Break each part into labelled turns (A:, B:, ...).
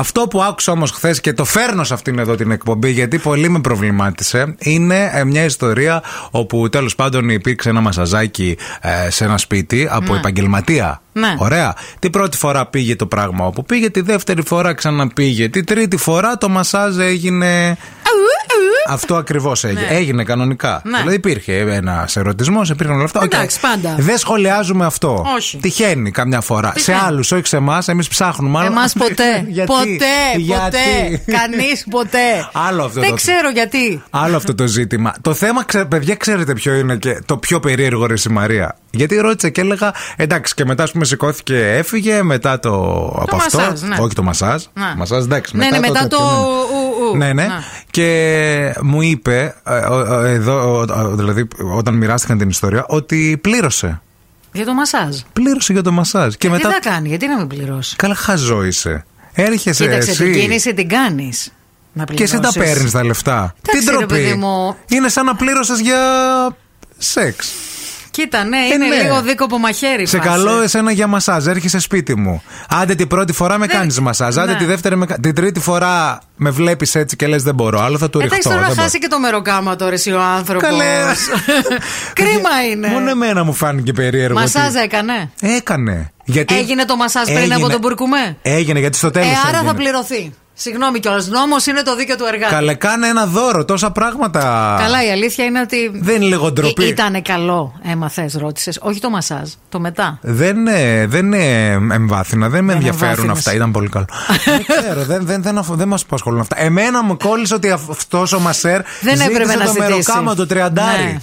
A: Αυτό που άκουσα όμως χθες και το φέρνω σε αυτήν εδώ την εκπομπή, γιατί πολύ με προβλημάτισε, είναι ε, μια ιστορία όπου τέλος πάντων υπήρξε ένα μασαζάκι ε, σε ένα σπίτι από
B: Ναι.
A: επαγγελματία.
B: Ναι.
A: Ωραία. Την πρώτη φορά πήγε το πράγμα όπου πήγε, τη δεύτερη φορά ξαναπήγε, τη τρίτη φορά το μασάζ έγινε. Αυτό ακριβώς έγινε. Έγινε κανονικά.
B: Ναι.
A: Δηλαδή υπήρχε ένα ερωτισμό, υπήρχαν όλα αυτά. Οκ.
B: Εντάξει, πάντα.
A: Δεν σχολιάζουμε αυτό.
B: Όχι.
A: Τυχαίνει καμιά φορά.
B: Τυχαίνει.
A: Σε άλλους, όχι σε εμάς. Εμείς ψάχνουμε. αλλά-
B: Εμάς ποτέ.
A: Γιατί?
B: Ποτέ, ποτέ.
A: Γιατί?
B: Κανείς ποτέ.
A: Άλλο αυτό
B: Δεν
A: το-
B: ξέρω γιατί.
A: Άλλο αυτό το ζήτημα. Το θέμα, ξε- παιδιά, ξέρετε ποιο είναι και το πιο περίεργο ρε στη Μαρία. Γιατί ρώτησα και έλεγα, εντάξει, και μετά, ας πούμε, σηκώθηκε, έφυγε, μετά το. από
B: μασάζ,
A: αυτό.
B: ναι.
A: Όχι το μασάζ.
B: Ναι.
A: Μασάζ, εντάξει.
B: Ναι, ναι, μετά
A: τέτοιο,
B: το
A: ναι.
B: ου, ου.
A: Ναι, ναι.
B: Ναι.
A: Και μου είπε, ε, ο- ο- εδώ, ο- ο- δηλαδή, όταν μοιράστηκαν την ιστορία, ότι πλήρωσε.
B: Για το μασάζ.
A: Πλήρωσε για το μασάζ. Και
B: Τι θα
A: μετά.
B: κάνει, γιατί να με πληρώσει.
A: Καλά, χαζό είσαι. Έρχεσαι
B: Κοίταξε,
A: εσύ.
B: την κίνηση την κάνεις. Να
A: Και
B: πληρώσει.
A: εσύ τα παίρνεις τα λεφτά.
B: Εντάξει,
A: Τι
B: ρε
A: ντροπή.
B: παιδί μου.
A: Είναι σαν να πλήρωσες για σεξ.
B: Κοίτα, ναι,
A: Ε,
B: είναι
A: ναι.
B: λίγο δίκοπο μαχαίρι.
A: Σε
B: φάση.
A: καλό εσένα για μασάζ. Έρχεσαι σπίτι μου. Άντε την πρώτη φορά με
B: Δεν-
A: κάνεις μασάζ. Άντε
B: Ναι.
A: τη δεύτερη με κα- Την τρίτη φορά με βλέπεις έτσι και λες δεν μπορώ. Άλλο θα του
B: Εντάξει,
A: ριχτώ.
B: Ε, τώρα
A: δεν
B: να
A: μπορώ».
B: χάσει και το μεροκάμα τώρα εσύ ο άνθρωπος.
A: Καλέ.
B: Κρίμα είναι.
A: Μόνο εμένα μου φάνηκε περίεργο.
B: Μασάζ
A: ότι-
B: έκανε. Ε,
A: Έκανε. Γιατί...
B: Έγινε το μασάζ πριν από τον Μπουρκουμέ.
A: Έγινε γιατί στο
B: Ε,
A: τέλο.
B: άρα θα πληρωθεί. Συγγνώμη κιόλας. Νόμος είναι το δίκαιο του εργάτη.
A: Καλέ, κάνε ένα δώρο. Τόσα πράγματα.
B: Καλά, η αλήθεια είναι ότι.
A: Δεν είναι λίγο ντροπή.
B: Ήταν καλό, έμαθε, ρώτησες. Όχι το μασάζ, το μετά.
A: Δεν, ε, δεν ε, εμβάθυνα, δεν με
B: Δεν
A: ενδιαφέρουν
B: εμβάθυνες.
A: αυτά. Ήταν πολύ καλό. δεν ξέρω, δεν, δεν, δεν, αφο- δεν μας απασχολούν αυτά. Εμένα μου κόλλησε ότι αυτός ο Μασέρ
B: Δεν
A: ζήτησε
B: έπρεπε να
A: το
B: ζητήσει.
A: μεροκάμα το τριαντάρι.
B: Ναι.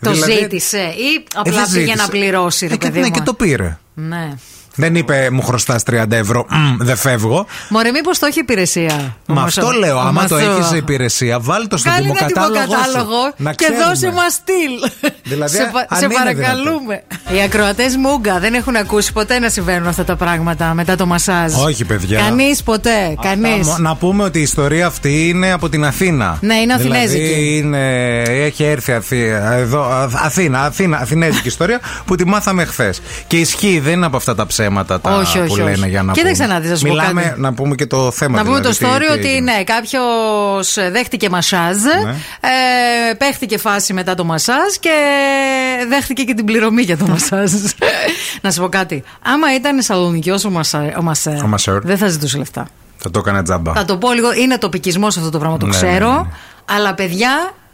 B: Το
A: Δηλαδή,
B: ζήτησε ή
A: ε,
B: απλά
A: δεν
B: πήγε
A: ζήτησε.
B: να πληρώσει, ρε
A: Ε, και-
B: παιδί
A: ναι,
B: μου.
A: και το πήρε.
B: Ναι.
A: Δεν είπε μου χρωστάς 30 ευρώ, μμ, δεν φεύγω.
B: Μωρέ, μήπως το έχει υπηρεσία.
A: Μα
B: Όμως,
A: αυτό
B: ο-
A: λέω,
B: ο
A: άμα το
B: Μαθού.
A: έχει σε υπηρεσία, βάλε το στον
B: Κάνε ένα
A: τιμοκατάλογο. σου.
B: τιμοκατάλογο
A: Να
B: και
A: ξέρουμε.
B: δώσε μας στυλ.
A: Δηλαδή,
B: σε, πα-
A: αν
B: σε
A: είναι
B: παρακαλούμε. Οι ακροατές Μούγκα δεν έχουν ακούσει ποτέ να συμβαίνουν αυτά τα πράγματα μετά το μασάζ.
A: Όχι, παιδιά.
B: Κανείς ποτέ. Κανεί.
A: Αυτά, μο- Να πούμε ότι η ιστορία αυτή είναι από την Αθήνα.
B: Ναι, είναι
A: Δηλαδή
B: αθηνέζικη.
A: είναι, έχει έρθει Αθήνα, εδώ, Α- Αθήνα, Αθήνα, αθηνέζικη ιστορία που τη μάθαμε χθες. Και ισχύει, δεν είναι από αυτά τα ψέματα τα
B: Όχι, όχι,
A: που λένε
B: όχι.
A: για να
B: Κοίταξε
A: πούμε.
B: να δεις, να σου πω
A: Μιλάμε,
B: κάτι.
A: να πούμε και το θέμα.
B: Να πούμε
A: δηλαδή,
B: το
A: τι- τι
B: story ότι
A: έγινε. Ναι.
B: ναι, κάποιο δέχτηκε μασάζ, ε, παίχτηκε φάση μετά το μασάζ και δέχτηκε και την πληρωμή για το μασάζ. να σου πω κάτι. Άμα ήταν σαλονικιός ο, μασα, ο, μασέρ,
A: Ο μασέρ.
B: δεν θα ζητούσε λεφτά.
A: Θα το έκανα τζάμπα.
B: Θα το πω λίγο. Είναι τοπικισμός αυτό το πράγμα, το
A: Ναι,
B: ξέρω.
A: ναι, ναι.
B: Αλλά παιδιά,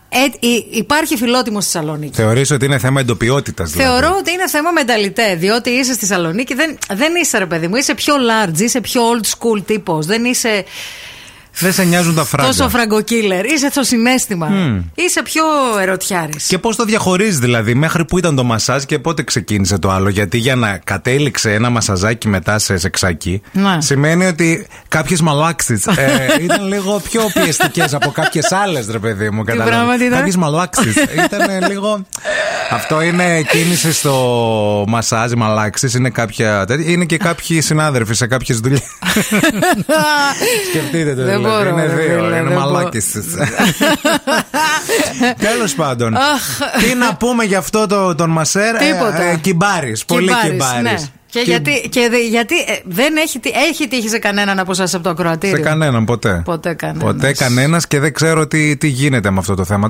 B: ε, υ- υπάρχει φιλότιμος στη Θεσσαλονίκη.
A: Θεωρείς ότι είναι θέμα εντοπιότητας, δηλαδή.
B: Θεωρώ ότι είναι θέμα μενταλιτέ, διότι είσαι στη Θεσσαλονίκη, δεν, δεν είσαι ρε παιδί μου, είσαι πιο large, είσαι πιο old school τύπος. Δεν είσαι
A: Δεν σε νοιάζουν τα φράγκα.
B: τόσο φραγκοκίλερ, είσαι το συνέστημα. Είσαι πιο ερωτιάρης.
A: Και πώς το διαχωρίζεις, δηλαδή, μέχρι που ήταν το μασάζ και πότε ξεκίνησε το άλλο. Γιατί για να κατέληξε ένα μασαζάκι μετά σε σεξάκι,
B: Ναι.
A: σημαίνει ότι κάποιες μαλάξεις ε, ήταν λίγο πιο πιεστικές από κάποιες άλλες, ρε παιδί μου.
B: πράγμα τι ήταν?
A: Κάποιες μαλάξεις ήταν λίγο. Αυτό είναι κίνηση στο μασάζ, μαλάξεις. Είναι, κάποια... τέτοια- είναι και κάποιοι συνάδελφοι σε κάποιες δουλειές. Σκεφτείτε το.
B: Δεν
A: δηλαδή.
B: μπορώ,
A: είναι
B: ρε
A: δύο,
B: φίλε,
A: είναι
B: δεν μπορώ.
A: μαλάκιστες. Τέλος πάντων. Τι να πούμε για αυτό το, τον Μασέρ.
B: Τίποτα.
A: κυμπάρη. Πολύ
B: Κυμπάρης,
A: κυμπάρη.
B: ναι. Και, γιατί, και δε- γιατί ε, δεν έχει, τύ- έχει τύχει σε κανέναν από εσάς από το ακροατήριο.
A: Σε κανέναν ποτέ.
B: Ποτέ κανένας.
A: Ποτέ κανένας και δεν ξέρω τι, τι γίνεται με αυτό το θέμα.